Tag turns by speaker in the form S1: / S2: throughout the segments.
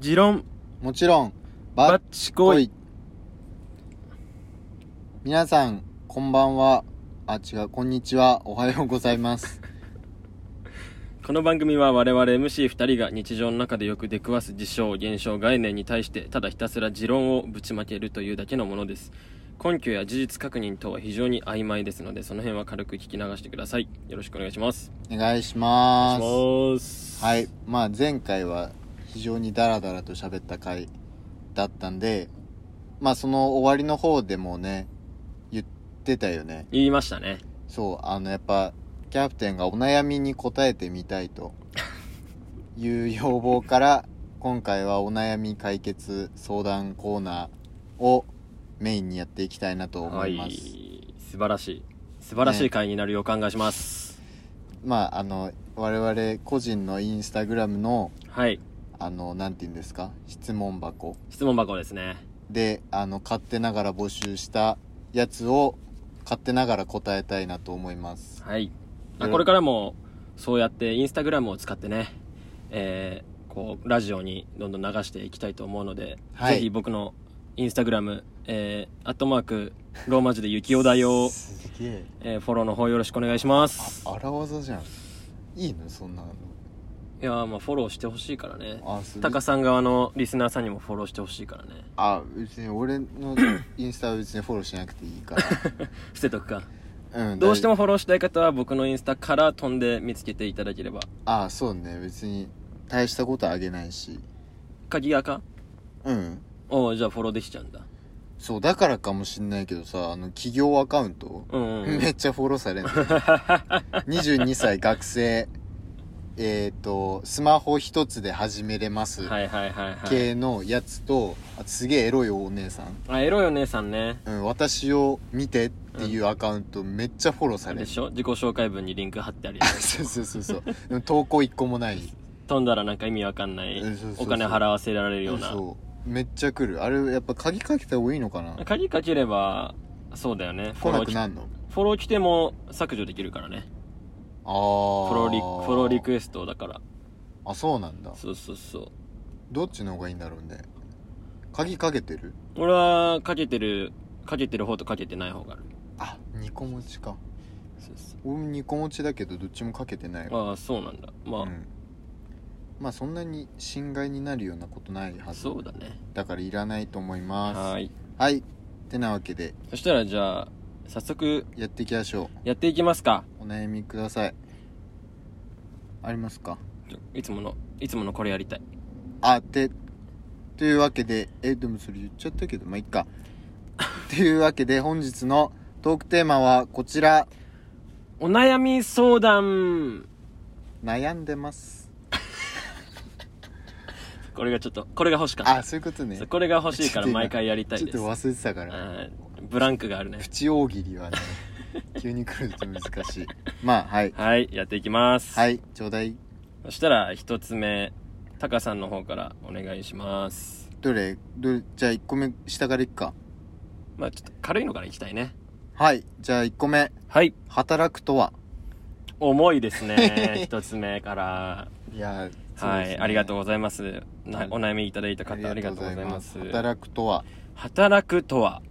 S1: 持論、
S2: もちろん、
S1: バ
S2: バ
S1: ッ
S2: ッ
S1: チ
S2: コ
S1: コイ
S2: イ。。皆さん、こんばんは。あ、違う、こんにちは。おはようございます。
S1: この番組は我々 MC2 人が日常の中でよく出くわす事象、現象、概念に対してただひたすら持論をぶちまけるというだけのものです。根拠や事実確認等は非常に曖昧ですので、その辺は軽く聞き流してください。よろしくお願いします。
S2: お願いします。
S1: お願いします
S2: はい。。まあ、前回は非常にダラダラと喋った回だったんで、まあ、その終わりの方でもね、言ってたよね。
S1: 言いましたね。
S2: そう、あの、やっぱ、キャプテンがお悩みに答えてみた いという要望から、今回はお悩み解決相談コーナーをメインにやっていきたいなと思いま
S1: は
S2: す。
S1: い。素晴らしい。素晴らしい回になる予感がします。
S2: まあ、あの、我々個人のインスタグラムの、
S1: はい。
S2: あの、なんて言うんですか、質問箱
S1: 質問箱ですね。
S2: で、あの、勝手ながら募集したやつを、勝手ながら答えたいなと思います。
S1: はい、あ
S2: うん
S1: これからもそうやってインスタグラムを使ってね、えーこうラジオにどんどん流していきたいと思うので、
S2: はい
S1: ぜひ僕のインスタグラム、えー、アットマークローマ字で雪おだよ、
S2: すげえ。
S1: えーフォローの方よろしくお願いします
S2: あ荒技じゃんいいのそんなの
S1: いやーまあフォローしてほしいからね
S2: あす
S1: タカさん側のリスナーさんにもフォローしてほしいからね
S2: あ別に俺のインスタは別にフォローしなくていいか、
S1: 捨てとくから
S2: うん、
S1: どうしても
S2: 大
S1: フォローしたい方は僕のインスタから飛んで見つけていただければ
S2: あそうね別に大したことあげないし
S1: 鍵アか
S2: うん
S1: おおじゃあフォローできちゃうんだ
S2: そうだからかもしんないけどさあの企業アカウント、
S1: うんうん、 うん、
S2: めっちゃフォローされんの22歳学生えっ、とスマホ一つで始めれます、
S1: はいはいはいはい
S2: 系のやつとあすげえエロいお姉さん、
S1: あエロいお姉さんね
S2: うん、私を見てっていうアカウントめっちゃフォローさ
S1: あれ
S2: れる
S1: でしょ自己紹介文にリンク貼ってあるやつ
S2: そうそうそうそうでも投稿一個 もない
S1: 飛んだらなんか意味わかんない
S2: うんそうそうそう
S1: お金払わせられるような
S2: そうめっちゃ来るあれやっぱ鍵かけた方がいいのか な
S1: 鍵かければそうだよねフォロ
S2: 来な
S1: ー
S2: く
S1: き
S2: なんの
S1: フォロー来ても削除できるからね
S2: ああ
S1: フォローリフォローリクエストだから
S2: あそうなんだ
S1: そうそうそう
S2: どっちの方がいいんだろうね鍵かけてる
S1: 俺はかけてるかけてる方とかけてない方がある
S2: あ二個持ちか
S1: そうそう
S2: 俺も2個持ちだけどどっちもかけてないわ
S1: ああそうなんだまあ、
S2: うんまあそんなに侵害になるようなことないはず
S1: そうだね
S2: だからいらないと思います
S1: はー
S2: い
S1: い
S2: はいてなわけで
S1: そしたらじゃあ早速
S2: やっていきましょ
S1: やっていきますか
S2: うお悩みくださいありますか
S1: ちょいつものいつものこれやりたい
S2: あてというわけでえでもそれ言っちゃったけどまあいっ かというわけで本日のトークテーマはこちら
S1: お悩み相談
S2: 悩んでます
S1: これがちょっとこれが欲しかった
S2: あそういうことね
S1: そうこれが欲しいから毎回やりたい
S2: ちょっ
S1: です
S2: と忘れてたから
S1: うんブランクがあるね
S2: プチ大喜利 はね急に来ると難しいまあはい
S1: はいやっていきます、
S2: はいちょうだい
S1: そしたら一つ目タカさんの方からお願いします
S2: どれどれじゃあ1個目下からいくか
S1: まあちょっと軽いのからいきたいね
S2: はいじゃあ1個目
S1: はい
S2: 働くとは
S1: 重いです ね一つ目から
S2: いや
S1: はい、ありがとう
S2: う
S1: ございますなお悩みいただいた
S2: ござい
S1: 方
S2: ます
S1: ありがとうございます
S2: 働くとは
S1: 働くとは、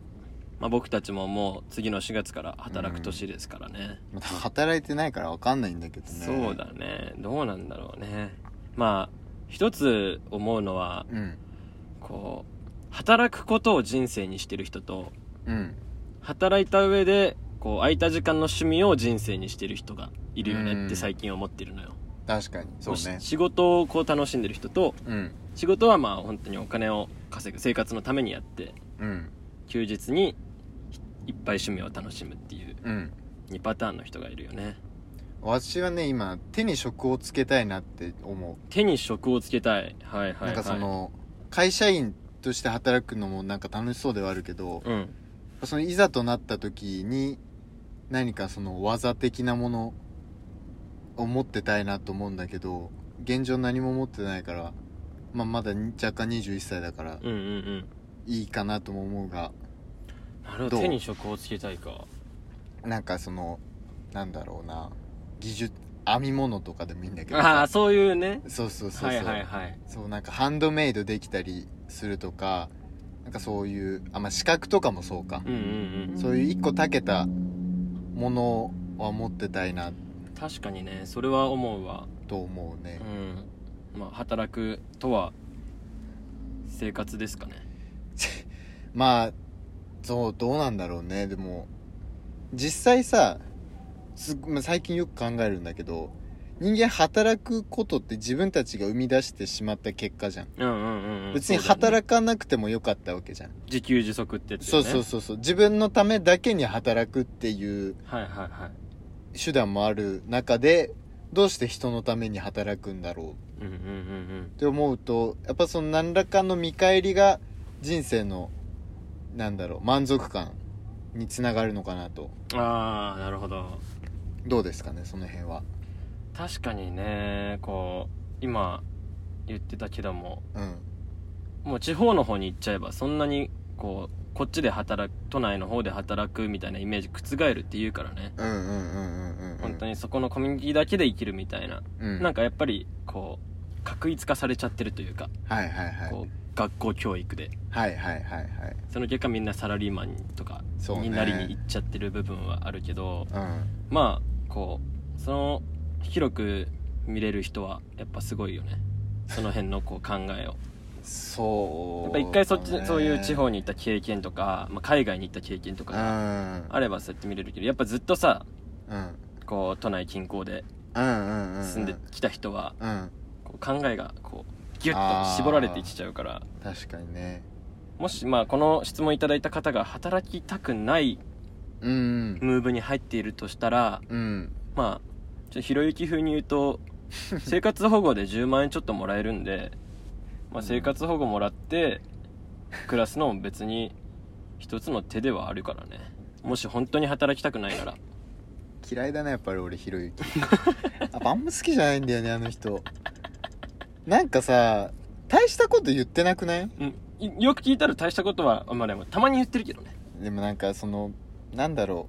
S1: まあ、僕たちももう次の4月から働く年ですからね、
S2: また働いてないから分かんないんだけどね
S1: そうだねどうなんだろうねまあ一つ思うのは
S2: うん
S1: こう働くことを人生にしてる人と
S2: うん
S1: 働いた上でこう空いた時間の趣味を人生にしてる人がいるよねって最近思ってるのよ、
S2: 確かにそうね
S1: し仕事をこう楽しんでる人と
S2: うん
S1: 仕事はまあ本当にお金を稼ぐ生活のためにやって
S2: うん
S1: 休日にいっぱい趣味を楽しむっていう
S2: うん
S1: 2パターンの人がいるよね
S2: 私はね今手に職をつけたいなって思
S1: 手に職をつけたいはいはいは
S2: う
S1: い
S2: なんかその会社員として働くのもなんか楽しそうではあるけど
S1: うん
S2: そのいざとなった時に何かその技的なものを持ってたいなと思うんだけど現状何も持ってないから、まあ、まだ若干21歳だから
S1: うんうんうん
S2: いいかなとも思うが
S1: なるほ
S2: ど
S1: ど
S2: う
S1: 手に職をつけたいか
S2: なんかそのなんだろうな技術編み物とかでもいいんだけど
S1: あ
S2: さ
S1: あそういうね
S2: そうそうそうそう、
S1: はいはいはい
S2: そうなんかハンドメイドできたりするとかなんかそういうあまあ資格とかもそうか
S1: うん、うんうん
S2: そういう一個たけたものは持ってたいな
S1: 確かにねそれは思うわ
S2: と思うね
S1: う、んまあ働くとは生活ですかね
S2: まあそうどうなんだろうねでも実際さすっまあ最近よく考えるんだけど人間働くことって自分たちが生み出してしまった結果じゃん
S1: うんうんうんうん
S2: 別に
S1: そうだね
S2: 働かなくてもよかったわけじゃん
S1: 自給自足ってやつだ
S2: そ
S1: よ
S2: う
S1: ね
S2: そうそうそう自分のためだけに働くっていう
S1: はいはいはい
S2: 手段もある中でどうして人のために働くんだろうっ
S1: うんうんうん
S2: て思うとやっぱその何らかの見返りが人生のなんだろう満足感につながるのかなと
S1: うんああなるほど
S2: どうですかねその辺は
S1: 確かにねこう今言ってたけども
S2: うん
S1: もう地方の方に行っちゃえばそんなにこうこっちで働く都内の方で働くみたいなイメージ覆るって言うからね
S2: うんうんうんうんうん
S1: 本当
S2: に
S1: にそこのコミュニティだけで生きるみたいな、
S2: うん
S1: なんかやっぱりこう確一化されちゃってるというか、
S2: はいはいはい
S1: こう学校教育で
S2: はいはいはいはい
S1: その結果みんなサラリーマンとか
S2: そう
S1: に
S2: ね
S1: なりに行っちゃってる部分はあるけど、
S2: うん
S1: まあこうその広く見れる人はやっぱすごいよねその辺のこう考 えを
S2: そう
S1: やっぱ一回そっち、
S2: だね
S1: そういう地方に行った経験とか、まあ、海外に行った経験と
S2: う
S1: か
S2: ん
S1: あればそうやって見れるけどやっぱずっとさ
S2: うん
S1: こう都内近郊で
S2: うんうんうんうん
S1: 住んできた人は、
S2: うん
S1: こう考えがこうギュッと絞られていっちゃうから
S2: 確かにね
S1: もしまあこの質問いただいた方が働きたくない
S2: うん
S1: ムーブに入っているとしたら
S2: うん
S1: まあちょっとひろゆき風に言う と生活保護で10万円ちょっともらえるんで、まあ、生活保護もらって暮らすのも別に一つの手ではあるからねもし本当に働きたくないなら
S2: 嫌いだなやっぱり俺ひろ ゆきやっぱあんま好きじゃないんだよねあの人なんかさ大したこと言ってなくない
S1: うんいよく聞いたら大したことはまあでもたまに言ってるけどね
S2: でもなんかそのなんだろ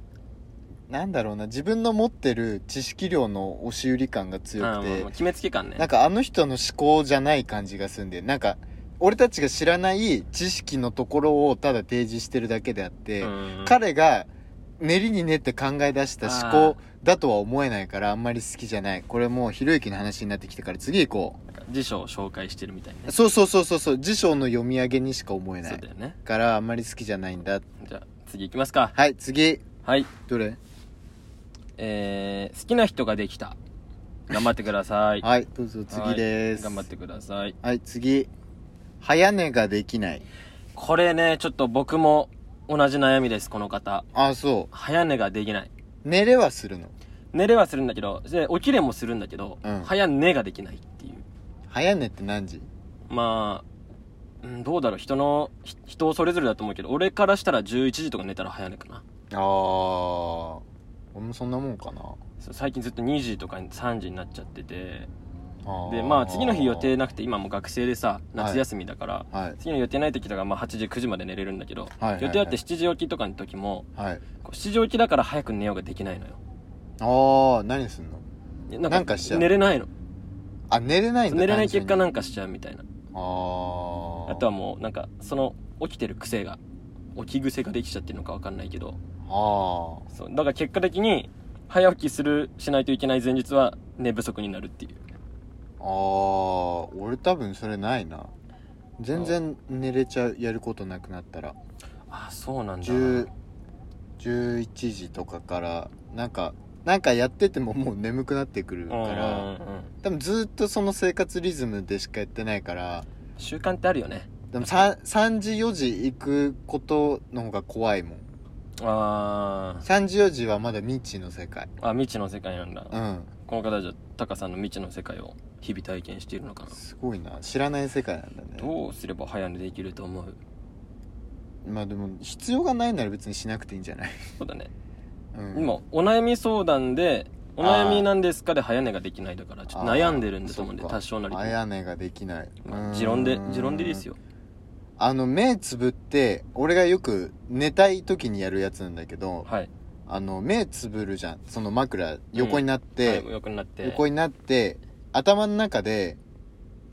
S2: うなんだろうな自分の持ってる知識量の押し売り感が強
S1: あーまあ
S2: くて
S1: まあ決めつけ感ね
S2: なんかあの人の思考じゃない感じがするんでなんか俺たちが知らない知識のところをただ提示してるだけであって、
S1: うん
S2: 彼が練りに練って考え出した思考だとは思えないからあんまり好きじゃないこれもうひろゆきの話になってきてから次行こ
S1: 辞書を紹介してるみたいね
S2: うそうそうそうそうそう辞書の読み上げにしか思えな
S1: そう
S2: い
S1: だよね
S2: からあんまり好きじゃないんだ
S1: じゃあ次行きますか
S2: はい次
S1: はい
S2: どれ
S1: えー、好きな人ができた頑張ってください
S2: はいどうぞ次です
S1: 頑張ってください
S2: はい次早寝ができない
S1: これねちょっと僕も同じ悩みですこの方
S2: あそ
S1: 早寝ができないう
S2: 寝れはするの
S1: 寝れはするんだけどで起きれもするんだけど、
S2: うん
S1: 早寝ができないっていう
S2: 早寝って何時
S1: まあ、うん、どうだろう人のひ人それぞれだと思うけど俺からしたら11時とか寝たら早寝かな
S2: ああ俺もそんなもんかな
S1: そう最近ずっと2時とか3時になっちゃってて
S2: あー
S1: でまあ次の日予定なくて今もう学生でさ夏休みだから、
S2: はい
S1: 次の予定ない時とかまあ8時9時まで寝れるんだけど、
S2: いはいはい
S1: 予定あって7時起きとかの時も
S2: はい
S1: こう7時起きだから早く寝ようができないのよ
S2: ああ何すんの
S1: で
S2: なんかしちゃう
S1: 寝れないの
S2: あ寝れないんだ
S1: 寝れない結果
S2: 単純に
S1: なんかしちゃうみたいな
S2: ああ
S1: あとはもうなんかその起きてる癖が起き癖ができちゃってるのか分かんないけど
S2: あ
S1: そうだから結果的に早起きするしないといけない前日は寝不足になるっていう
S2: あああ俺多分それないな全然寝れちゃうやることなくなったら
S1: ああそうなんだ
S2: 10 11時とかからなんかなんかやっててももう眠くなってくるか
S1: うんうん
S2: ら
S1: うん
S2: 多分ずっとその生活リズムでしかやってないから
S1: 習慣ってあるよね
S2: でも 3, 3時4時行くことの方が怖いもん
S1: あ
S2: 3時4時はまだ未知の世界
S1: ーあ未知の世界なんだ、
S2: うん
S1: この方はじゃあタカさんの未知の世界を日々体験しているのかな
S2: すごいな知らない世界なんだね
S1: どうすれば早寝できると思う
S2: まあでも必要がないなら別にしなくていいんじゃない、
S1: そうだね、
S2: うん、
S1: 今お悩み相談で「お悩みなんですか?」で早寝ができないだからちょっと悩んでるんだと思うんで
S2: あーそっか
S1: 多少なりとも
S2: あやねができない、
S1: まあ持論で
S2: うーん
S1: 持論でいいですよ
S2: あの目つぶって俺がよく寝たい時にやるやつなんだけど
S1: はい
S2: あの目つぶるじゃんその枕横になって、
S1: はい横になって
S2: 横になって頭の中で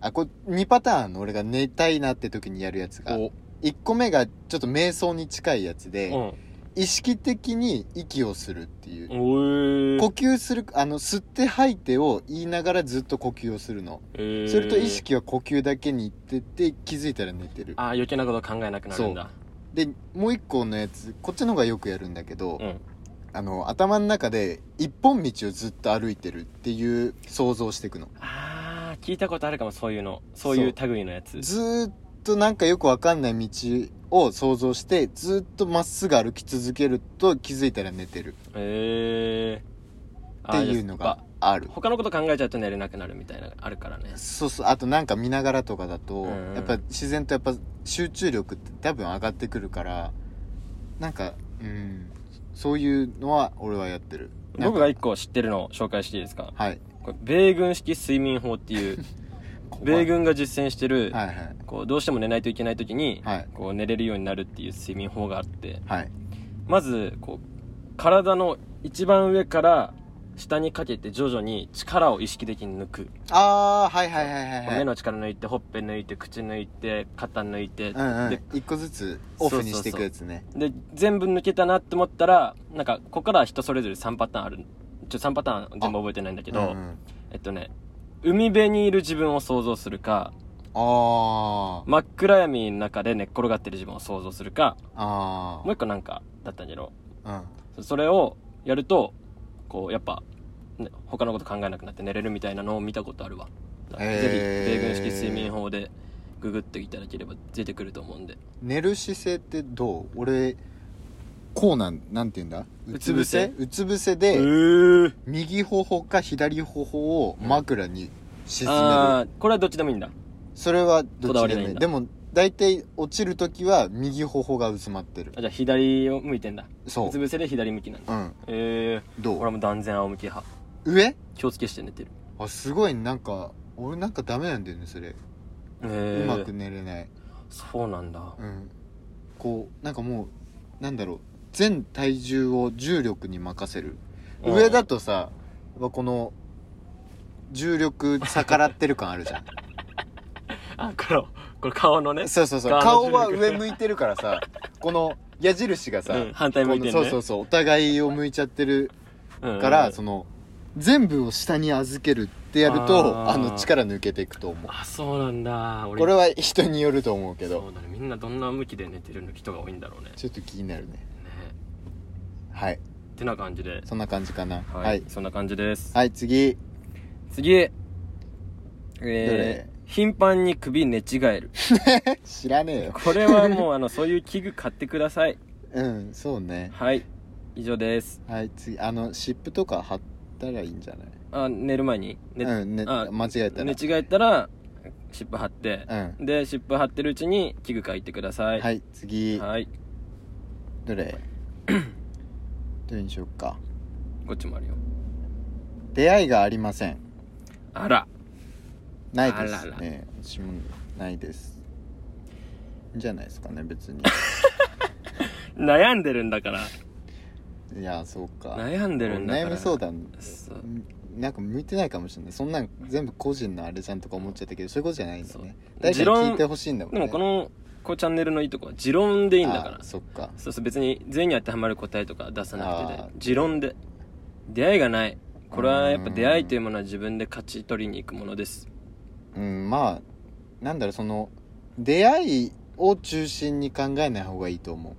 S2: あこれ2パターンの俺が寝たいなって時にやるやつが
S1: お
S2: 1個目がちょっと瞑想に近いやつで、
S1: うん
S2: 意識的に息をするっていう、
S1: おー
S2: 呼吸するあの吸って吐いてを言いながらずっと呼吸をするの、
S1: えー
S2: それと意識は呼吸だけにいってて気づいたら寝てる
S1: ああ余計なこと考えなくなるんだ
S2: でもう1個のやつこっちの方がよくやるんだけど、
S1: うん
S2: あの頭の中で一本道をずっと歩いてるっていう想像していくの
S1: ああ聞いたことあるかもそういうのそういう類のやつ
S2: ずーっとなんかよくわかんない道を想像してずーっとまっすぐ歩き続けると気づいたら寝てる
S1: へえ
S2: っ
S1: あ
S2: て
S1: ー
S2: いうの
S1: やっ
S2: が
S1: ぱ
S2: ある
S1: 他のこと考えちゃうと寝れなくなるみたいなのあるからね
S2: そうそうあとなんか見ながらとかだと、
S1: うん
S2: やっぱ自然とやっぱ集中力って多分上がってくるからなんかうんそういうのは俺はやってるなん
S1: 僕
S2: か
S1: が一個知ってるのを紹介していいですか
S2: はい
S1: これ米軍式睡眠法って いう米軍が実践してる、
S2: はいはい
S1: こうどうしても寝ないといけない時に、
S2: はい
S1: こう寝れるようになるっていう睡眠法があって
S2: はい
S1: まずこう体の一番上から下にかけて徐々に力を意識的に抜く、
S2: ああはいはいはいはいはい
S1: 目の力抜いてほっぺ抜いて口抜いて肩抜いて、
S2: うんうん
S1: で
S2: 一個ずつオフにしていくやつね
S1: で全部抜けたなって思ったらなんかここからは人それぞれ3パターンあるちょ3パターン全部覚えてないんだけど、
S2: うんうん
S1: えっとね海辺にいる自分を想像するか
S2: あー
S1: 真っ暗闇の中で寝っ転がってる自分を想像するか
S2: あ
S1: もう一個なんかだったんだけど
S2: あ
S1: そそれをやるとこうやっぱ、ね、他のこと考えなくなって寝れるみたいなのを見たことあるわだから
S2: へー
S1: ぜひ米軍式睡眠法でググっていただければ出てくると思うんで
S2: うん寝る姿勢ってどう俺こうなんなんて言うんだう
S1: うつ
S2: つ伏
S1: 伏
S2: せ
S1: せ
S2: うつ伏せ
S1: え
S2: で
S1: ー、
S2: 右頬か左頬を枕に沈める
S1: あーこれはどっちでもいいんだ
S2: それはど
S1: こだ
S2: っち
S1: わ
S2: で
S1: り
S2: も
S1: ないいん
S2: い
S1: だ
S2: でも大体落ちる時は右頬がうずまってる
S1: あじゃあ左を向いてんだ
S2: そう
S1: うつ伏せで左向きなんだ
S2: うん
S1: えー、
S2: ど
S1: 俺
S2: う
S1: も断然仰向け派
S2: 上
S1: 気をつけして寝てる
S2: あすごいなんか俺なんかダメなんだよねそれ
S1: え
S2: うまく
S1: ー、
S2: 寝れない
S1: そうなんだ
S2: うんこうなんかもうなんだろう全体重を重力に任せる上だとさやっぱこの重力逆らってる感あるじゃ ん
S1: あこれこれ顔のね
S2: そうそうそう
S1: 顔
S2: 顔
S1: の重力
S2: は上向いてるからさこの矢印がさ、
S1: うん反対向いてんね
S2: このそうそうそうお互いを向いちゃってるか
S1: うん
S2: ら、
S1: うん
S2: その全部を下に預けるってやるとあ
S1: あー
S2: の力抜けていくと思う
S1: あそうなんだ俺
S2: これは人によると思うけ
S1: そ
S2: ど
S1: うだねみんなどんな向きで寝てるの人が多いんだろうねね
S2: ちょっと気になるねはい
S1: ってな感じで
S2: そんな感じかな
S1: はい、
S2: はい、
S1: そんな感じです、
S2: はい、次
S1: 次え
S2: どれ
S1: ー、頻繁に首寝違える
S2: 知らねえよ
S1: これはもうあのそういう器具買ってください
S2: うんそうね
S1: はい以上です
S2: はい次あの湿布とか貼ったらいいんじゃない
S1: あ寝る前に、ね
S2: うんね
S1: あ
S2: 間違えたら
S1: 寝違えたら湿布貼って、
S2: う
S1: で湿布貼ってるうちに器具書いてください
S2: んはい次
S1: はい
S2: どれどれにしようか
S1: こっちもあるよ
S2: 出会いがありません
S1: あら
S2: ないです
S1: あら
S2: ね私もないですいいんじゃないですかね 別に
S1: 悩んでるんだから
S2: いやそうか
S1: 悩んでるんだから
S2: 悩み相談
S1: そう
S2: なんか向いてないかもしれないそんなん全部個人のあれじゃんとか思っちゃったけどそういうことじゃないんだよね
S1: そう
S2: 誰
S1: 持
S2: かに
S1: 論
S2: 聞いてほしいんだもん
S1: で
S2: ね
S1: もこのこうチャンネルのいいとこは持論でいいんだから
S2: あそっか
S1: そうそう別に全員に当てはまる答えとか出さなくて
S2: あ
S1: ね
S2: ー
S1: 持論で出会いがないこれはやっぱ
S2: うん
S1: 出会いというものは自分で勝ち取りに行くものです
S2: うんまあなんだろうその出会いを中心に考えない方がいいと思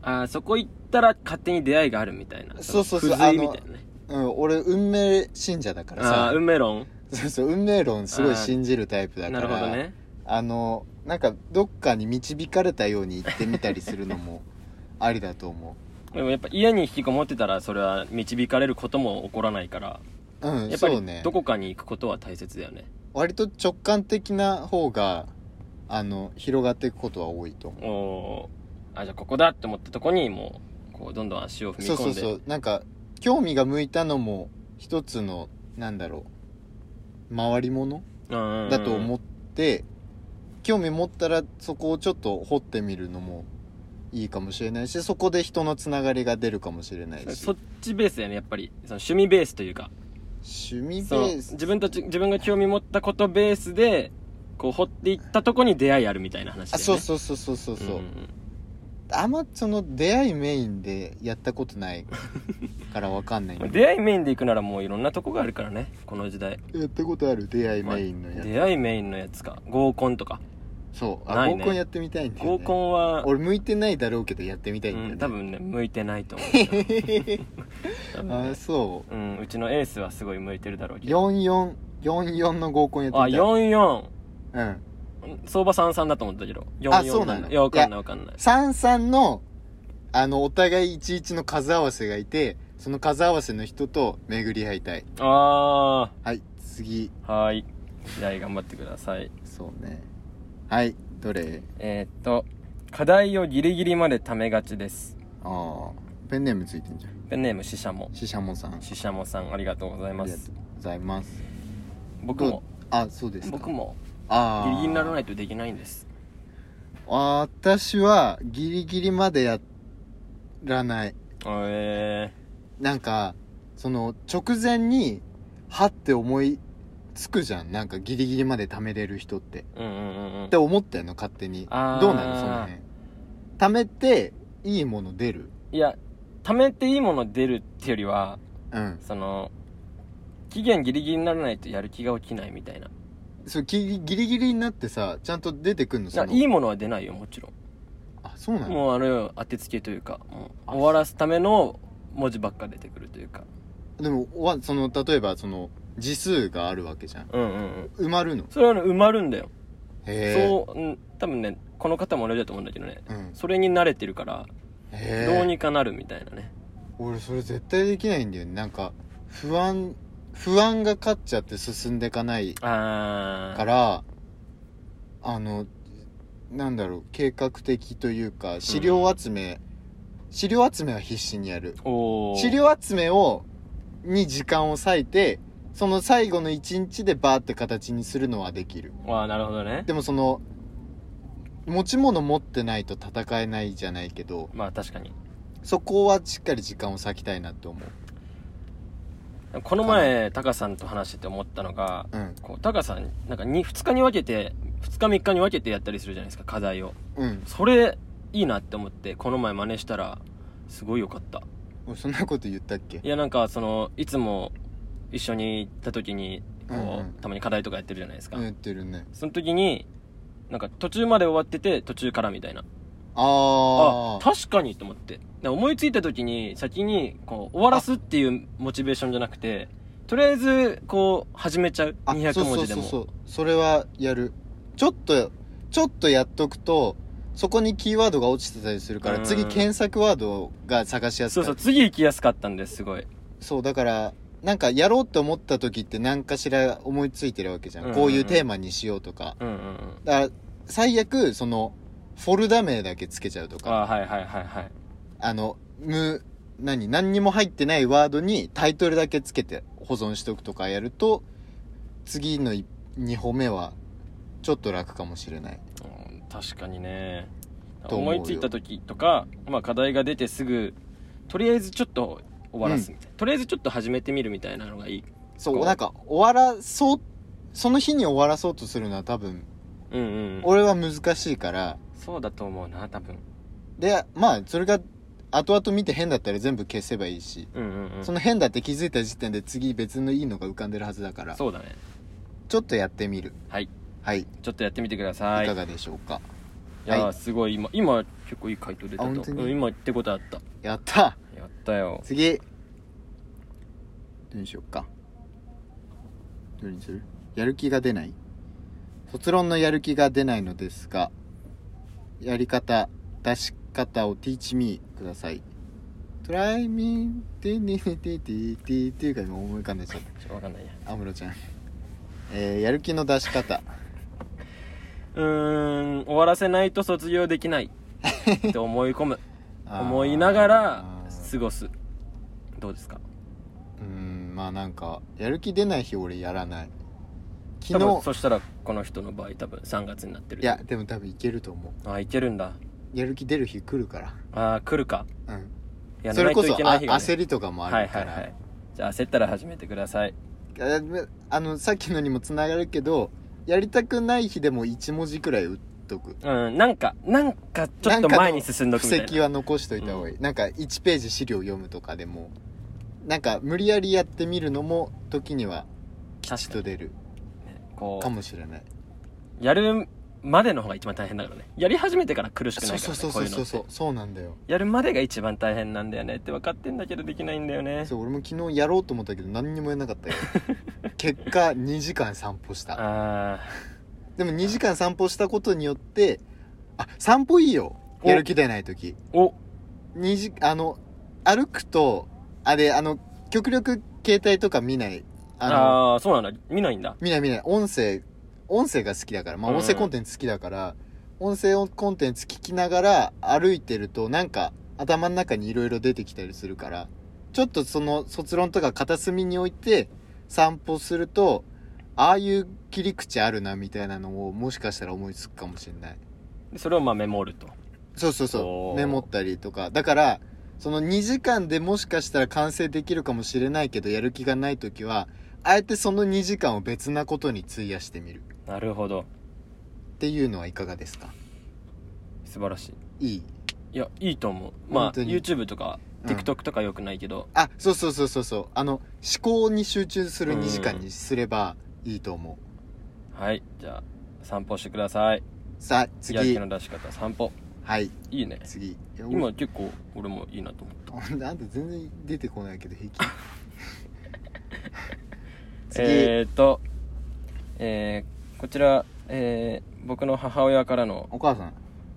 S1: あーそこ行ったら勝手に出会いがあるみたいな
S2: そうそうそう
S1: の付随みたいなね
S2: う、うん、俺運命信者だから
S1: あ
S2: さ
S1: あー運命論
S2: そうそう運命論すごい信じるタイプだか
S1: な
S2: ら
S1: るほどね
S2: あのなんかどっかに導かれたように言ってみたりするのもありだと思
S1: でもやっぱ家に引きこもってたらそれは導かれることも起こらないから
S2: うう
S1: や
S2: ん
S1: っぱ
S2: そう
S1: り
S2: ね
S1: どこかに行くことは大切だよね
S2: 割と直感的な方があの広がっていくことは多いと思う
S1: おーあじゃあここだって思ったとこにもうこうどんどん足を踏み
S2: そうそ
S1: 込
S2: うん
S1: で
S2: そうなんか興味が向いたのも一つのなんだろう回り物だ
S1: だ
S2: と思って、興味持ったらそこをちょっと掘ってみるのもいいかもしれないしそこで人のつながりが出るかもしれないし
S1: そっちベースだよねやっぱりその趣味ベースというか
S2: 趣味ベ
S1: その
S2: ース
S1: 自分たち自分が興味持ったことベースでこう掘っていったとこに出会いあるみたいな話だ
S2: あ
S1: よね
S2: そうそうそうそうそうそう、
S1: ん
S2: あんまその出会いメインでやったことないからわかんないん
S1: まあ
S2: だけ
S1: 出会いメインで行くならもういろんなとこがあるからねこの時代
S2: どやったことある出会いメインのやつ、
S1: 出会いメインのやつか合コンとか
S2: そう
S1: な
S2: あ、
S1: いね
S2: 合コンやってみたいんだよ、
S1: 合
S2: ね、
S1: コンは、
S2: 俺向いてないだろうけどやってみたいんだよね、
S1: うん多分ね向いてないと思 う多分
S2: あ
S1: ね
S2: ーそう
S1: うん、うちのエースはすごい向いてるだろうけど
S2: 4444の合コンやって
S1: あ
S2: みたい
S1: 44
S2: うん
S1: 相場33だと思ったけど44
S2: あそうなの
S1: いやわかんないわかんない
S2: 33のあのお互い11の数合わせがいてその数合わせの人と巡り合いたい
S1: あ
S2: はい次
S1: あはーい試合頑張ってください
S2: そうねはいどれ
S1: えーっと課題をギリギリまでためがちです
S2: ああペンネームついてんじゃん
S1: ペンネームししゃも
S2: ししゃもさんあり
S1: ししゃもさんありがとうござい
S2: が
S1: ま
S2: とう
S1: す
S2: ございます
S1: 僕も
S2: あそうですか
S1: 僕も
S2: ああ
S1: ギリギリにならないいとできないんです
S2: あー私はギリギリまでやらない
S1: え
S2: なんかその直前にはって思いつくじゃんなんかギリギリまで貯めれる人って
S1: えー、うんうんうんうん
S2: って思ったの勝手にどう
S1: あー
S2: なのその辺貯めていいもの出る
S1: いや貯めていいもの出るってよりは
S2: うん
S1: その期限ギリギリにならないとやる気が起きないみたいな
S2: そうギリギリギリになってさちゃんと出てくんの
S1: いや
S2: その
S1: いいものは出ないよもちろん
S2: あそうなの
S1: もうあれよ当てつけというかもう
S2: あ
S1: 終わらすための文字ばっか出てくるというか
S2: でもわその例えばその字数があるわけじゃん
S1: うんうんうん
S2: 埋まるの
S1: それはね埋まるんだよ、
S2: へえ
S1: そう、うん、多分ねこの方も同じだと思うんだけどね
S2: うん
S1: それに慣れてるから
S2: へ
S1: どうにかなるみたいなね、
S2: 俺それ絶対できないんだよねなんか不安不安が勝っちゃって進んでいかない
S1: あ
S2: か
S1: あ
S2: らあのなんだろう計画的というか資料集め、資料集めは必死にやる
S1: おお
S2: 資料集めをに時間を割いてその最後の一日でバーって形にするのはできる
S1: ああなるほどね
S2: でもその持ち物持ってないと戦えないじゃないけど
S1: まあ確かに
S2: そこはしっかり時間を割きたいなって思う
S1: この前タカさんと話してて思ったのが
S2: うん
S1: こうタカさんなんか 2, 日に分けて2日3日に分けてやったりするじゃないですか課題を
S2: うん
S1: それいいなって思ってこの前真似したらすごい良かった
S2: 俺そんなこと言ったっけ
S1: いやなんかそのいつも一緒に行った時にこう、
S2: うんうん
S1: たまに課題とかやってるじゃないですか、
S2: 言ってるね
S1: その時になんか途中まで終わってて途中からみたいなあ
S2: ああ
S1: 確かにと思ってで思いついた時に先にこう終わらすっていうモチベーションじゃなくてとりあえずこう始めちゃう
S2: あ
S1: 200文字でも
S2: そうそうそうそうそれはやるちょっとちょっとやっとくとそこにキーワードが落ちてたりするから
S1: うん
S2: 次検索ワードが探しやす
S1: そ
S2: く
S1: う
S2: な
S1: そう
S2: る
S1: 次行きやすかったんですすごい
S2: そうだからなんかやろうと思った時って何かしら思いついてるわけじゃん、
S1: うんうん
S2: こういうテーマにしようとか
S1: うんうんうん
S2: だから最悪そのフォルダ名だけつけちゃうと
S1: あ
S2: か
S1: はいはいはいはい
S2: あの無何何にも入ってないワードにタイトルだけつけて保存しておくとかやると次の2歩目はちょっと楽かもしれない
S1: うん確かにね
S2: と思
S1: 思
S2: うよ
S1: いついた時とか、まあ、課題が出てすぐとりあえずちょっと終わらすみたいな、とりあえずちょっと始めてみるみたいなのがいい
S2: そ
S1: こ
S2: う
S1: う
S2: なんか終わらそうその日に終わらそうとするのは多分
S1: うんうん
S2: 俺は難しいから
S1: そうだと思うな多分
S2: でまあそれが後々見て変だったら全部消せばいいし
S1: うんうんうん
S2: その変だって気づいた時点で次別のいいのが浮かんでるはずだから
S1: そうだね
S2: ちょっとやってみる
S1: はい
S2: はいい
S1: ちょっとやってみてください
S2: かがでしょうか
S1: いやー、
S2: はい
S1: すごい今今結構いい回答出た
S2: あ
S1: と
S2: 本当に
S1: うん今ってことあった
S2: やった
S1: やったよ
S2: 次どれにしよっかどれにするやる気が出ない卒論のやる気が出ないのですがやり方出し方を teach me ください try me てねててててっていうか今思い浮かんでちゃっ
S1: ちょっとわかんないや
S2: た安室ちゃんえー、やる気の出し方
S1: うーん終わらせないと卒業できないって思い込む思いながら
S2: あー
S1: 過ごすどうですか
S2: うんまあなんかやる気出ない日俺やらない
S1: 多
S2: 昨
S1: 分
S2: 日
S1: そしたらこの人の場合多分3月になってる
S2: いやでも多分いけると思う
S1: あいけるんだ
S2: やる気出る日来るか、
S1: ああ来るから
S2: うん、
S1: や
S2: そ
S1: らな
S2: れ
S1: い
S2: ことそ
S1: いけな
S2: あ
S1: い日が、ね、
S2: 焦りとかもあ
S1: はい
S2: るか
S1: はい
S2: ら、
S1: はいじゃあ焦ったら始めてください
S2: あであのさっきのにもつながるけどやりたくない日でも1文字くらい打っとく
S1: うんなんかなんかちょっと前に進んどくみた
S2: 布
S1: い
S2: 石
S1: な
S2: は残しといた方がいい、なんか1ページ資料読むとかでもなんか無理やりやってみるのも時には
S1: 確か
S2: 人
S1: に
S2: 出る
S1: こ
S2: か
S1: う
S2: もしれない
S1: やるまでの方が一番大変だからねやり始めてから苦しくな
S2: そう
S1: いか
S2: そ
S1: ら、
S2: う
S1: ね、
S2: そうそうそう
S1: こ
S2: そう
S1: いうのって
S2: そうなんだよ
S1: やるまでが一番大変なんだよねって分かってんだけどできないんだよね
S2: そう俺も昨日やろうと思ったけど何にもやらな かったよ結果2時間散歩した
S1: あ
S2: でも2時間散歩したことによってあ散歩いいよ
S1: お
S2: やる気出ない時
S1: ーお
S2: 2時あの歩くとあれあの極力携帯とか見ないあの
S1: ああーそうなんだ見ないんだ
S2: 見ない見ない音声音声が好きだからまあ
S1: うん
S2: 音声コンテンツ好きだから、音声コンテンツ聞きながら歩いてるとなんか頭の中にいろいろ出てきたりするからちょっとその卒論とか片隅に置いて散歩するとああいう切り口あるなみたいなのをもしかしたら思いつくかもしれない
S1: でそれをまあメモると
S2: そうそうそ
S1: お
S2: う
S1: ー
S2: メモったりとかだからその2時間でもしかしたら完成できるかもしれないけどやる気がない時はあえてその2時間を別なことに費やしてみる
S1: なるほど
S2: っていうのはいかがですか
S1: 素晴らしい
S2: いい
S1: いやいいと思うまあ
S2: 本当に
S1: YouTube とか
S2: うん
S1: TikTok とかよくないけど、
S2: あそうそうそうそうそうあの思考に集中する
S1: うん
S2: 2時間にすればいいと思う
S1: はいじゃあ散歩してください
S2: さあ
S1: やる
S2: 次
S1: 気の出し方散歩
S2: はい
S1: いいね
S2: 次
S1: 今結構俺もいいなと思っ
S2: お なんで全然出てこないけ ど平気
S1: た
S2: 次、
S1: えー、っとえー、こちら、えー、僕の母親からの、
S2: お母さん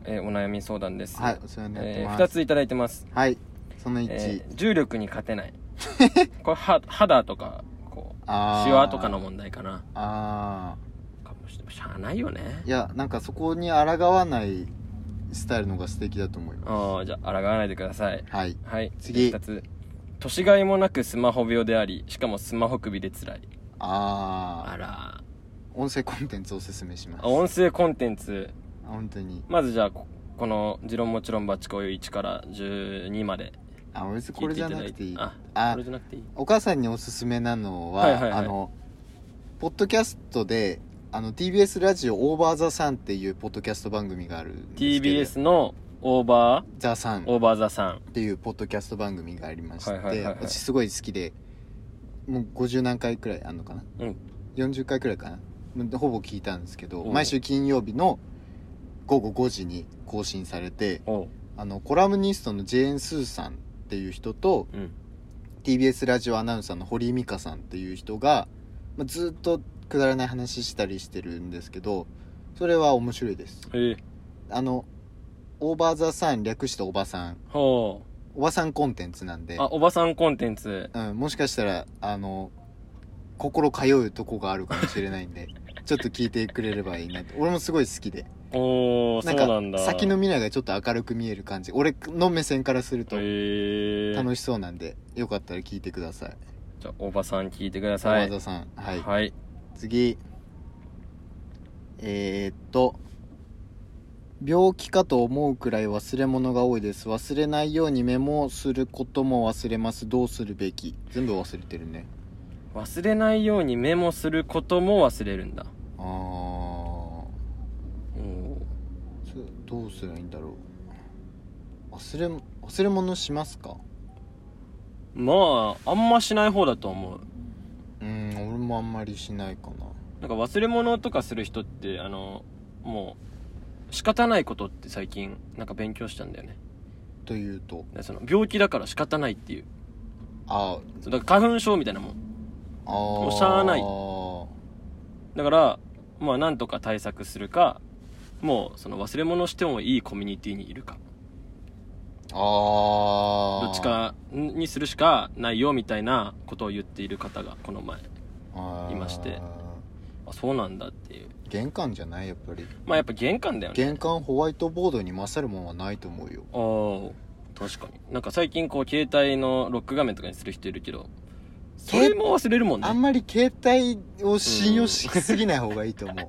S1: えーお悩み相談です、
S2: はいお世話になって
S1: え
S2: ます、
S1: 2ついただいてます、
S2: はいその1、
S1: えー重力に勝て ないこれは肌とかこう
S2: あー
S1: シワとかの問題かな
S2: あ
S1: かもしれないしゃあないよね
S2: ーいやなんかそこに抗わないスタイルの方が素敵だと思いま
S1: ああじゃあ抗わないでください
S2: すはい
S1: はい
S2: 次
S1: 2つ年がいもなくスマホ病でありしかもスマホ首で辛い
S2: あ
S1: あら
S2: ー音声コンテンツおすすめします
S1: あ音声コンテンツ
S2: 本当に
S1: まずじゃあここの「持論もちろんバチコイ1から12まで
S2: あ別にこ
S1: 聞
S2: れ
S1: いて
S2: じ
S1: い
S2: ゃ
S1: た
S2: な
S1: だ
S2: く
S1: い
S2: て
S1: て
S2: いい
S1: あ
S2: あ
S1: これじゃなくていい
S2: お母さんにおすすめなのは,、
S1: はいはいはい
S2: あのポッドキャストであの TBS ラジオ「オーバー・ザ・サン」っていうポッドキャスト番組があるんですけど
S1: TBS のオーバ
S2: 「ザ・サン」
S1: ーオーバーザさん
S2: っていうポッドキャスト番組がありまして、
S1: はいはいはいはい
S2: 私すごい好きでもう50何回くらいあんのかな、
S1: うん
S2: 40回くらいかなもうほぼ聞いたんですけど
S1: おう
S2: 毎週金曜日の午後5時に更新されて
S1: おう
S2: あのコラムニストのジェーン・スーさんっていう人と
S1: うん
S2: TBS ラジオアナウンサーの堀井美香さんっていう人が、まあ、ずっとくだらない話したりしてるんですけどそれは面白いです
S1: えー、
S2: あのオーバー・ザ・サン略しておばさん
S1: ほ
S2: おばさんコンテンツなんで
S1: うあおばさんコンテンツ
S2: うん、もしかしたらあの心通うとこがあるかもしれないん でちょっと聞いてくれればいいなと俺もすごい好きで
S1: おおそうなんだ
S2: か先の未来がちょっと明るく見える感じ俺の目線からすると
S1: えー、
S2: 楽しそうなんで、よかったら聞いてください
S1: じゃあおばさん聞いてくださ
S2: 澤
S1: い
S2: 田さんはい、
S1: はい
S2: 次えー、っと病気かと思うくらい忘れ物が多いです忘れないようにメモをすることも忘れますどうするべき全部忘れてるね
S1: 忘れないようにメモすることも忘れるんだ
S2: あー
S1: おー
S2: そどうすればいいんだろう忘れ忘れ物しますか
S1: まああんましない方だと思う
S2: うん俺もあんまりしないかな
S1: なんか忘れ物とかする人ってあのもう仕方ないことって最近なんか勉強したんだよね
S2: というと
S1: でその病気だから仕方ないっていう
S2: あ
S1: そうだから花粉症みたいなもん
S2: あも
S1: うしゃあない
S2: あ
S1: だからまあなんとか対策するかもうその忘れ物してもいいコミュニティにいるか
S2: あ
S1: どっちかにするしかないよみたいなことを言っている方がこの前いましてあそうなんだっていう
S2: 玄関じゃないやっぱり
S1: まあやっぱ玄関だよね
S2: 玄関ホワイトボードに勝るもんはないと思うよ
S1: ああ確かになんか最近こう携帯のロック画面とかにする人いるけどそ
S2: 携
S1: れも忘れるもん
S2: あん
S1: ね
S2: まり携帯を信用し すぎない方がいいと思う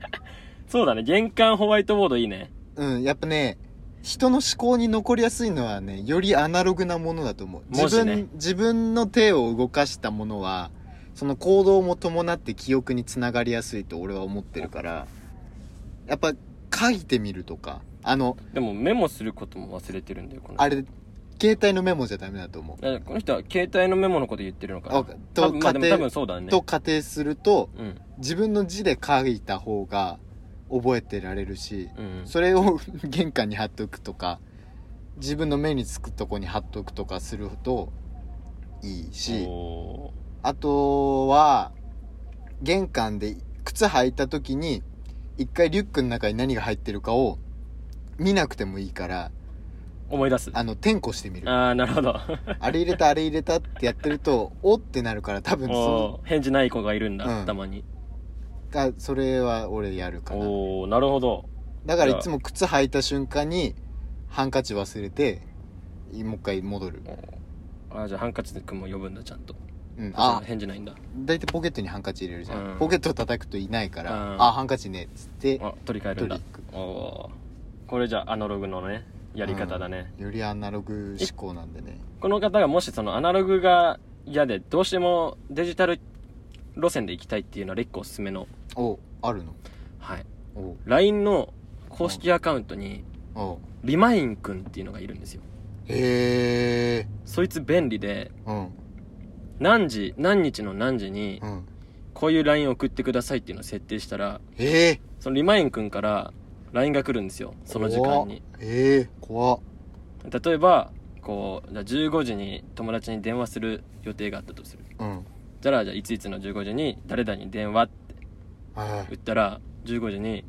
S1: そうだね玄関ホワイトボードいいね
S2: うん、やっぱね人の思考に残りやすいのはねよりアナログなものだと思う自
S1: もし
S2: 分,、
S1: ね
S2: 自分の手を動かしたものはその行動も伴って記憶につながりやすいと俺は思ってるからやっぱ書いてみるとかあの
S1: でもメモすることも忘れてるんだよこの人
S2: あれ携帯のメモじゃダメだと思う
S1: えこの人は携帯のメモのこと言ってるのかな
S2: あと
S1: 多分まあでも
S2: 家庭
S1: 多分そうだね
S2: と仮定すると
S1: うん
S2: 自分の字で書いた方が覚えてられるし
S1: うん
S2: それを 玄関に貼っておくとか自分の目につくとこに貼っておくとかするといいし
S1: お
S2: あとは玄関で靴履いた時に一回リュックの中に何が入ってるかを見なくてもいいから
S1: ー思い出すあ
S2: あの転校してみる
S1: あーなるほど
S2: あれ入れたあれ入れたってやってるとおってなるから多分そ
S1: おー返事ない子がいるんだ、
S2: うん
S1: たまに
S2: のあそれは俺やるかな
S1: おおなるほど
S2: だからいつも靴履いた瞬間にハンカチ忘れてもう一回戻る、
S1: あーじゃあハンカチ君も呼ぶんだちゃんと
S2: うん、あ
S1: 返事ないんだ
S2: 大体ポケットにハンカチ入れるじゃん、
S1: うん
S2: ポケット叩くといないから、
S1: うん
S2: あハンカチねっつって
S1: あ取り替えるん
S2: 取
S1: だ
S2: り行く
S1: おおーこれじゃあアナログのねやり方だね、
S2: よりアナログ思考なんでね
S1: この方がもしそのアナログが嫌でどうしてもデジタル路線で行きたいっていうのはレックおすすめの
S2: おあるの
S1: はい
S2: お
S1: LINE の公式アカウントに
S2: お
S1: リマインくんっていうのがいるんですよ
S2: へえ
S1: そいつ便利で
S2: うん
S1: 何時何日の何時に
S2: うん
S1: こういう LINE 送ってくださいっていうのを設定したら
S2: ええ
S1: そのリマインくんから LINE が来るんですよその時間に
S2: ええ怖っ
S1: 例えばこうじゃあ15時に友達に電話する予定があったとする
S2: うん
S1: じゃあじゃあいついつの15時に誰々に電話って
S2: あ
S1: 打ったら15時に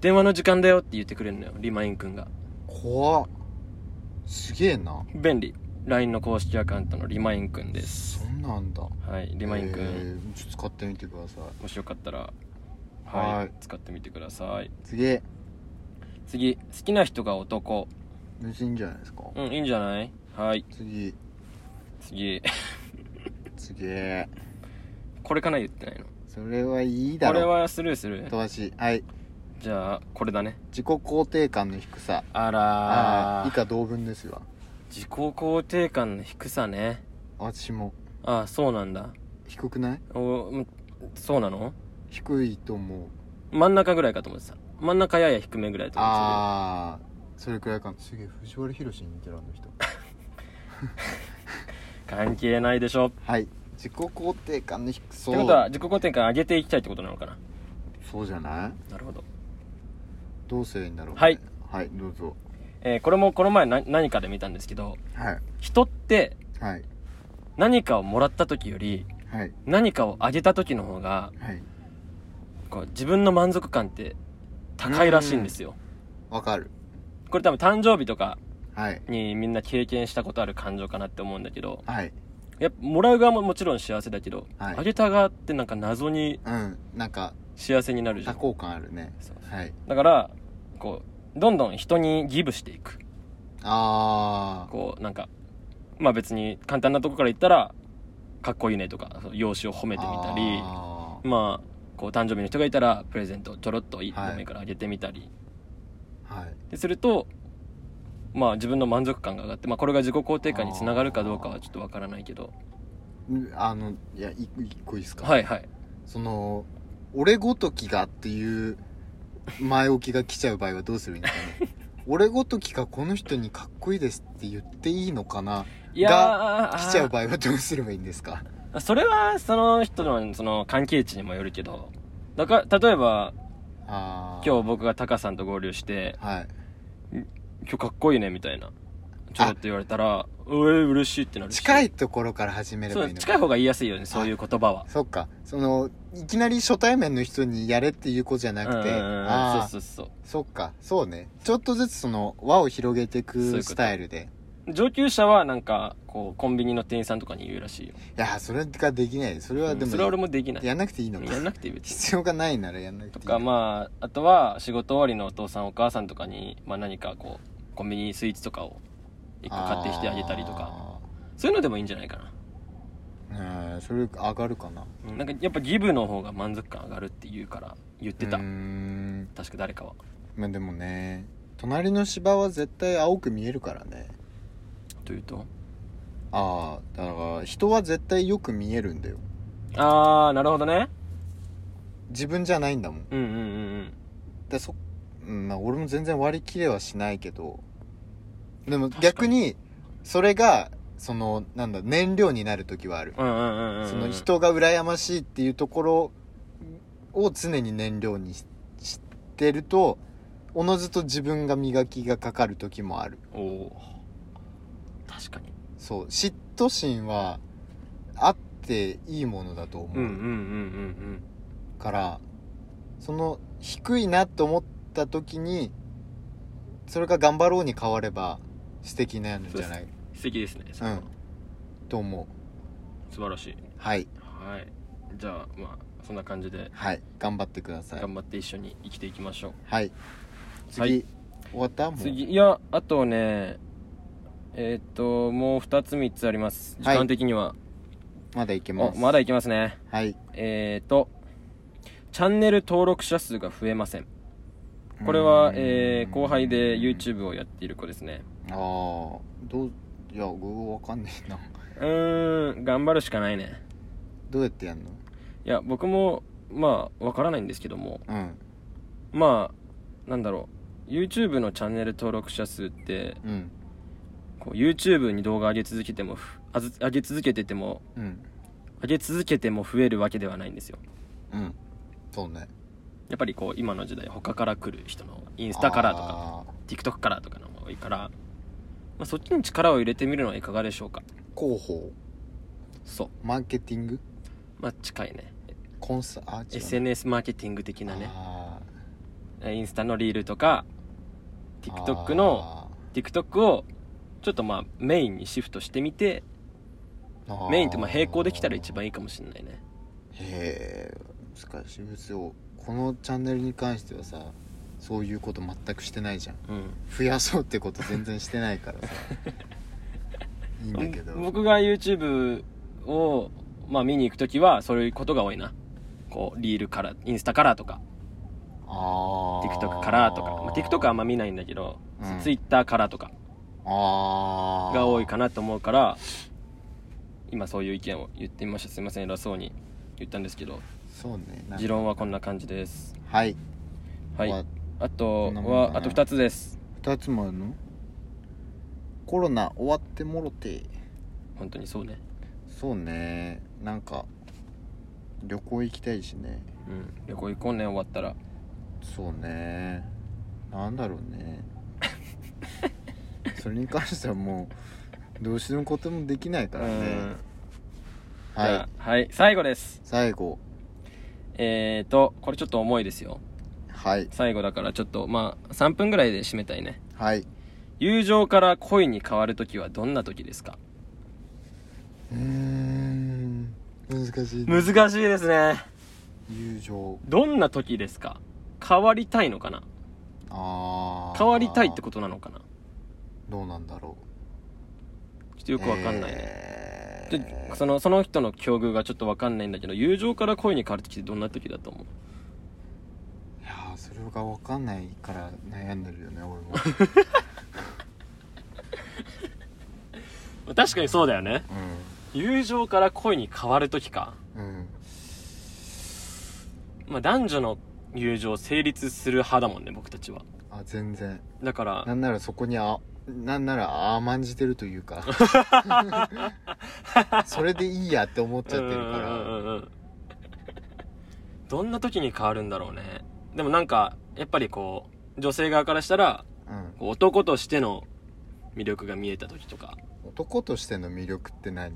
S1: 電話の時間だよって言ってくれるのよリマインくんが
S2: 怖っすげえな
S1: 便利 LINE の公式アカウントのリマインくんです
S2: そんなんだ
S1: はいリマインく
S2: へ
S1: ん
S2: ーちょっと使ってみてください
S1: もしよかったらはい、
S2: はい
S1: 使ってみてください
S2: 次げえ
S1: 次好きな人が男
S2: 別にいいんじゃないですか、
S1: うんいいんじゃないはい
S2: 次
S1: 次
S2: 次げえ
S1: これかな言ってないの
S2: それはいいだ
S1: こ
S2: ろ
S1: れはスルーする
S2: 飛ばしはい
S1: じゃあこれだね
S2: 自己肯定感の低さ
S1: あ
S2: あ
S1: ら
S2: あ
S1: ー
S2: 以下同文ですわ
S1: 自己肯定感の低さね
S2: 私も
S1: ああそうなんだ
S2: 低くない
S1: おうんそうなの
S2: 低いと思う
S1: 真ん中ぐらいかと思ってた真ん中やや低めぐらいと思って
S2: ああそれくらいかなすげえ藤原宏に似てるあの人
S1: た関係ないでしょって
S2: はい自己肯定感の低さ
S1: ことは自己肯定感上げていきたいってことなのかな
S2: そうじゃない
S1: なるほど、
S2: どうすればいいんだろう
S1: はい
S2: はいどうぞ
S1: えーこれもこの前な何かで見たんですけど
S2: はい
S1: 人って
S2: はい
S1: 何かをもらった時より
S2: はい
S1: 何かをあげた時の方が
S2: はい
S1: こう自分の満足感って高いらしいんですよ
S2: わかる
S1: これ多分誕生日とか
S2: はい
S1: にみんな経験したことある感情かなって思うんだけど
S2: はい
S1: やっぱもらう側ももちろん幸せだけど、
S2: はい
S1: あげた側ってなんか謎に
S2: うんなんか
S1: 幸せになるじゃ
S2: 多
S1: ん
S2: 幸感あるね
S1: そう
S2: はい
S1: だからこうどんどん人にギブしていく
S2: あ
S1: こうなんかまあ別に簡単なとこから言ったらかっこいいねとかそう容姿を褒
S2: あ
S1: めてみたり
S2: あ
S1: まあこう誕生日の人がいたらプレゼントをちょろっといい
S2: はい
S1: でもいいからあげてみたり、
S2: ーはい
S1: でするとまあ自分の満足感が上がって、まあ、これが自己肯定感につながるかどうかはちょっとわからないけど
S2: うんあのいやい一個いいですか、
S1: はいはい
S2: その俺ごときがっていう前置きが来ちゃう場合はどうするんで すかね俺ごときがこの人にかっこいいですって言っていいのかない
S1: やー
S2: 来ちゃう場合はどうすればいいんですか
S1: あそれはその人のその関係値にもよるけどだから例えば
S2: ああ
S1: 今日僕がタカさんと合流して
S2: はい
S1: 今日かっこいいねみたいなちょろっと言われたら「うえ嬉しい」ってなるし
S2: 近いところから始めれ
S1: そ
S2: ばいういの
S1: 近い
S2: か
S1: 方が言いやすいよねそういう言葉は
S2: そっかそのいきなり初対面の人にやれっていうことじゃなくて
S1: うんうんうん
S2: ああ
S1: そうそう
S2: そっかそうねちょっとずつその輪を広げてい
S1: そういうこ
S2: く
S1: と
S2: スタイルで
S1: そう上級者はなんかこうコンビニの店員さんとかに言うらしいよ
S2: いやそれができないそれはで
S1: うん
S2: も
S1: それは俺もできない
S2: やんなくていいのか
S1: やんなくていい別に
S2: 必要がないならやんなくて
S1: と
S2: いい
S1: かまああとは仕事終わりのお父さんお母さんとかに、まあ、何かこうコンビニスイーツとかを一個買ってきてあげたりとかそういうのでもいいんじゃないかな
S2: あーねえそれ上がるかな
S1: うんなんかやっぱギブの方が満足感上がるって言うから言ってた
S2: うーん
S1: 確か誰かは
S2: まあでもね隣の芝は絶対青く見えるからね
S1: というと
S2: ああだから人は絶対よく見えるんだよ
S1: ああなるほどね
S2: 自分じゃないんだもん
S1: うんうんうん
S2: でそ、うんまあ、俺も全然割り切れはしないけどでも逆にそれがそのなんだ燃料になる時はある、
S1: うんうんうんうんうん
S2: その人が羨ましいっていうところを常に燃料にししてるとおのずと自分が磨きがかかる時もある
S1: おお確かに
S2: そう嫉妬心はあっていいものだと思う、
S1: うんうんうんうん
S2: からその低いなと思った時にそれが頑張ろうに変われば素敵なんじゃない
S1: うん素敵ですねそれは
S2: うんと思
S1: 素晴らしいう
S2: はい
S1: はいじゃあまあそんな感じで
S2: はい頑張ってください
S1: 頑張って一緒に生きていきましょう
S2: はい次、
S1: はい
S2: 終わったもう
S1: 次いやあとねえーっともう2つ3つあります時
S2: はい
S1: 間的には、
S2: まだいけ
S1: お
S2: ます
S1: まだいきますね
S2: はい
S1: えーっとチャンネル登録者数が増えませんこれは、えー後輩で YouTube をやっている子ですね
S2: ああーどういや僕わかんねえな
S1: うーん頑張るしかないね
S2: どうやってやんの
S1: いや僕もまあわからないんですけども
S2: うん
S1: まあなんだろう YouTube のチャンネル登録者数って
S2: うん
S1: こう YouTube に動画上げ続けてもふあず上げ続けてても
S2: うん
S1: 上げ続けても増えるわけではないんですよ
S2: うんそうね
S1: やっぱりこう今の時代他から来る人のインスタからとか
S2: あー
S1: TikTok からとかの方が多いから、まあ、そっちに力を入れてみるのはいかがでしょうか
S2: 広報
S1: そう
S2: マーケティング
S1: まあ近いね
S2: コンサあ違うな
S1: SNS マーケティング的なね
S2: あ
S1: インスタのリールとか
S2: ー
S1: TikTok の
S2: あ
S1: TikTok をちょっとまあメインにシフトしてみて
S2: ーあー
S1: メインとまあ並行できたら一番いいかもしれないね
S2: へえ難しい別にこのチャンネルに関してはさそういうこと全くしてないじゃん
S1: うん
S2: 増やそうってこと全然してないから さいいんだけど
S1: 僕が YouTube をまあ見に行く時はそういうことが多いなこうリールからインスタからとか
S2: あー
S1: TikTok からとか、まあ、TikTok はあんま見ないんだけど、
S2: うん
S1: Twitter からとか
S2: あー
S1: が多いかなと思うから今そういう意見を言ってみましたすいません偉そうに言ったんですけど
S2: そうねなんか
S1: 持論はこんな感じです
S2: はい
S1: はい
S2: まあ
S1: あ
S2: こ
S1: と
S2: んなもん
S1: は
S2: かな
S1: あと2つです
S2: 二つもあるのコロナ終わってもろて
S1: 本当にそうね
S2: そうねなんか旅行行きたいしね
S1: うん旅行行こうね終わったら
S2: そうねなんだろう ねそれに関してはもうどうしようこともできないから
S1: うん
S2: ね
S1: じ
S2: は
S1: ゃ
S2: い
S1: あはい最後です
S2: 最後
S1: えーとこれちょっと重いですよ
S2: はい
S1: 最後だからちょっとまあ3分ぐらいで締めたいね
S2: はい
S1: 友情から恋に変わる時はどんな時ですか
S2: うーん難しいね
S1: 難しいですね
S2: 友情
S1: どんな時ですか変わりたいのかな
S2: ああ
S1: 変わりたいってことなのかな
S2: どうなんだろ
S1: ちょっと
S2: う
S1: よくわかんないね、
S2: え
S1: ちょそのその人の境遇がちょっとわかんないんだけど友情から恋に変わる時ってどんな時だと思う
S2: いやーそれがわかんないから悩んでるよね 俺も
S1: 確かにそうだよね友情から恋に変わる時か
S2: うんうん
S1: まあ男女の友情成立する派だもんね僕たちは
S2: あ全然
S1: だから
S2: なんならそこにあなんなら甘んじてるとい うかそれでいいやって思っちゃってるか
S1: うんうん
S2: ら
S1: うんうんどんな時に変わるんだろうねでもなんかやっぱりこう女性側からしたら
S2: うん
S1: こう男としての魅力が見えた時とか
S2: 男としての魅力って何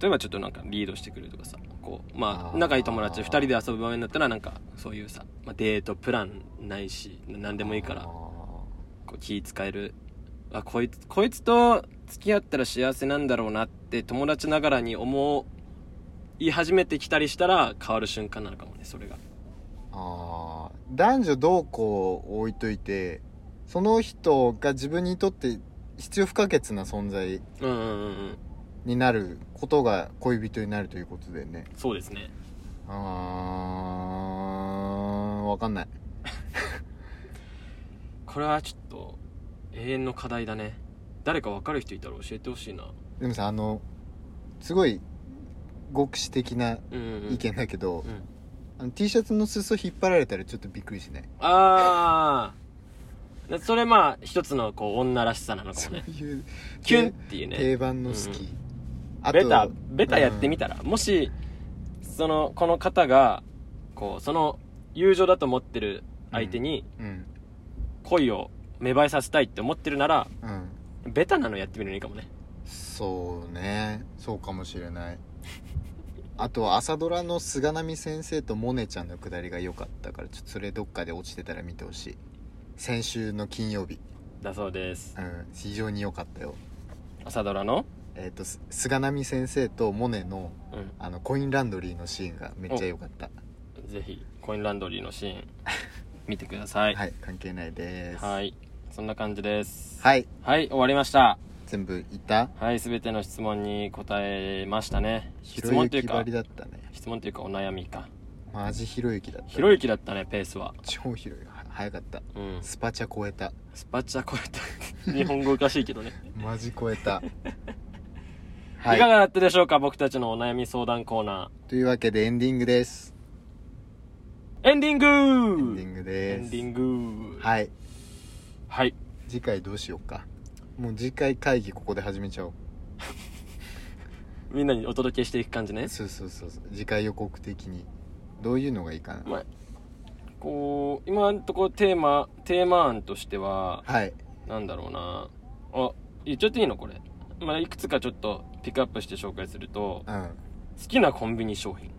S1: 例えばちょっとなんかリードしてくれるとかさこうま
S2: あ
S1: あ
S2: ー
S1: 仲いい友達2人で遊ぶ場面だったらなんかそういうさ、まあ、デートプランないしな何でもいいから
S2: あー
S1: こう気使えるあこいつこいつと付き合ったら幸せなんだろうなって友達ながらに思い始めてきたりしたら変わる瞬間なのかもねそれが
S2: あー男女どうこう置いといてその人が自分にとって必要不可欠な存在
S1: うんうんうんうん
S2: になることが恋人になるということだよね
S1: そうですね
S2: あーわかんない
S1: これはちょっと永遠の課題だね誰か分かる人いたら教えてほしいな
S2: でもさあのすごい極視的な
S1: うんうん、
S2: 意見だけど、
S1: うん
S2: あの T シャツの裾引っ張られたらちょっとびっくりしない
S1: ああそれまあ一つのこう女らしさなのか
S2: そ
S1: も
S2: う
S1: ね
S2: いう
S1: キュンっていうね
S2: 定番の好き、
S1: うん
S2: あと
S1: ベタベタやってみたら、もしそのこの方がこうその友情だと思ってる相手に
S2: うん
S1: 恋を芽生えさせたいって思ってるなら
S2: うん
S1: ベタなのやってみるのいいかもね
S2: そうねそうかもしれないあと朝ドラの菅波先生とモネちゃんのくだりが良かったからちょっとそれどっかで落ちてたら見てほしい先週の金曜日、
S1: だそうです
S2: うん、非常に良かったよ
S1: 朝ドラの
S2: えっ、とす菅波先生とモネの
S1: う
S2: あのコインランドリーのシーンがめっちゃ良かった
S1: んぜひコインランドリーのシーン見てください
S2: はい関係ないです、
S1: はいいそんな感じです
S2: はい、
S1: はい終わりました
S2: 全部いた
S1: はい全ての質問に答えましたね質問という
S2: ひろ
S1: か
S2: ゆきばりだったね
S1: 質問というかお悩みか
S2: マジひろゆきだった
S1: ひろゆきだったねペースは
S2: 超ひろゆきは早かった
S1: うん
S2: スパチャ超えた
S1: スパチャ超えた日本語おかしいけどね、
S2: マジ超 えた
S1: い、か
S2: は
S1: がだったでしょうか僕たちのお悩み相談コーナ
S2: いというわけでエンディングです
S1: ーエンディング
S2: エンディング
S1: エ
S2: です
S1: ンディングはい、
S2: はい
S1: はい、
S2: 次回どうしようかもう次回会議ここで始めちゃおう
S1: みんなにお届けしていく感じね
S2: そうそうそうそう次回予告的にどういうのがいいかな、
S1: まあこう今のところテーマテーマ案としては
S2: はい
S1: なんだろうなあ言っちゃっていいのこれ、まあ、いくつかちょっとピックアップして紹介すると
S2: うん
S1: 好きなコンビニ商品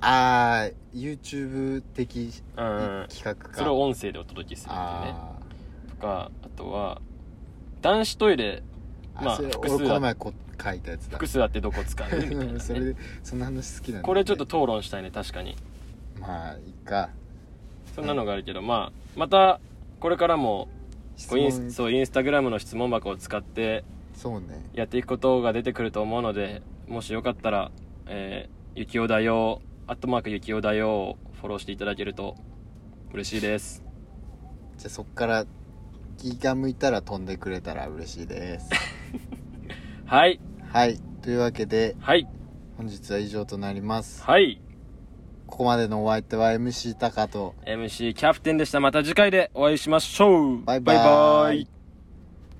S2: あー YouTube 的
S1: う
S2: 企
S1: んそ
S2: 画か、
S1: れを音声でお届けするっていうね
S2: あ
S1: とかあとは男子トイレ
S2: ー、
S1: まあ
S2: あそれ
S1: 複数
S2: 俺こ
S1: あ
S2: の前こ書いたやつだ
S1: 複数あってどこ 使うみたいな、
S2: う んそれ
S1: ね、
S2: でその話好きなんだよね
S1: これちょっと討論したいね確かに
S2: まあいいか
S1: そんなのがあるけど、まあまたこれからもこうインスそうインスタグラムの質問箱を使って
S2: そうね
S1: やっていくことが出てくると思うのでもしよかったら「えー、ゆきおだよ」「アットマークゆきおだよ」をフォローしていただけると嬉しいです
S2: じゃあそっから気が向いたら飛んでくれたら嬉しい です
S1: はい
S2: はいというわけで
S1: はい
S2: 本日は以上となります
S1: はい
S2: ここまでのお相手は MC タカと
S1: MC キャプテンでしたまた次回でお会いしましょう
S2: バイバイ
S1: バイバイ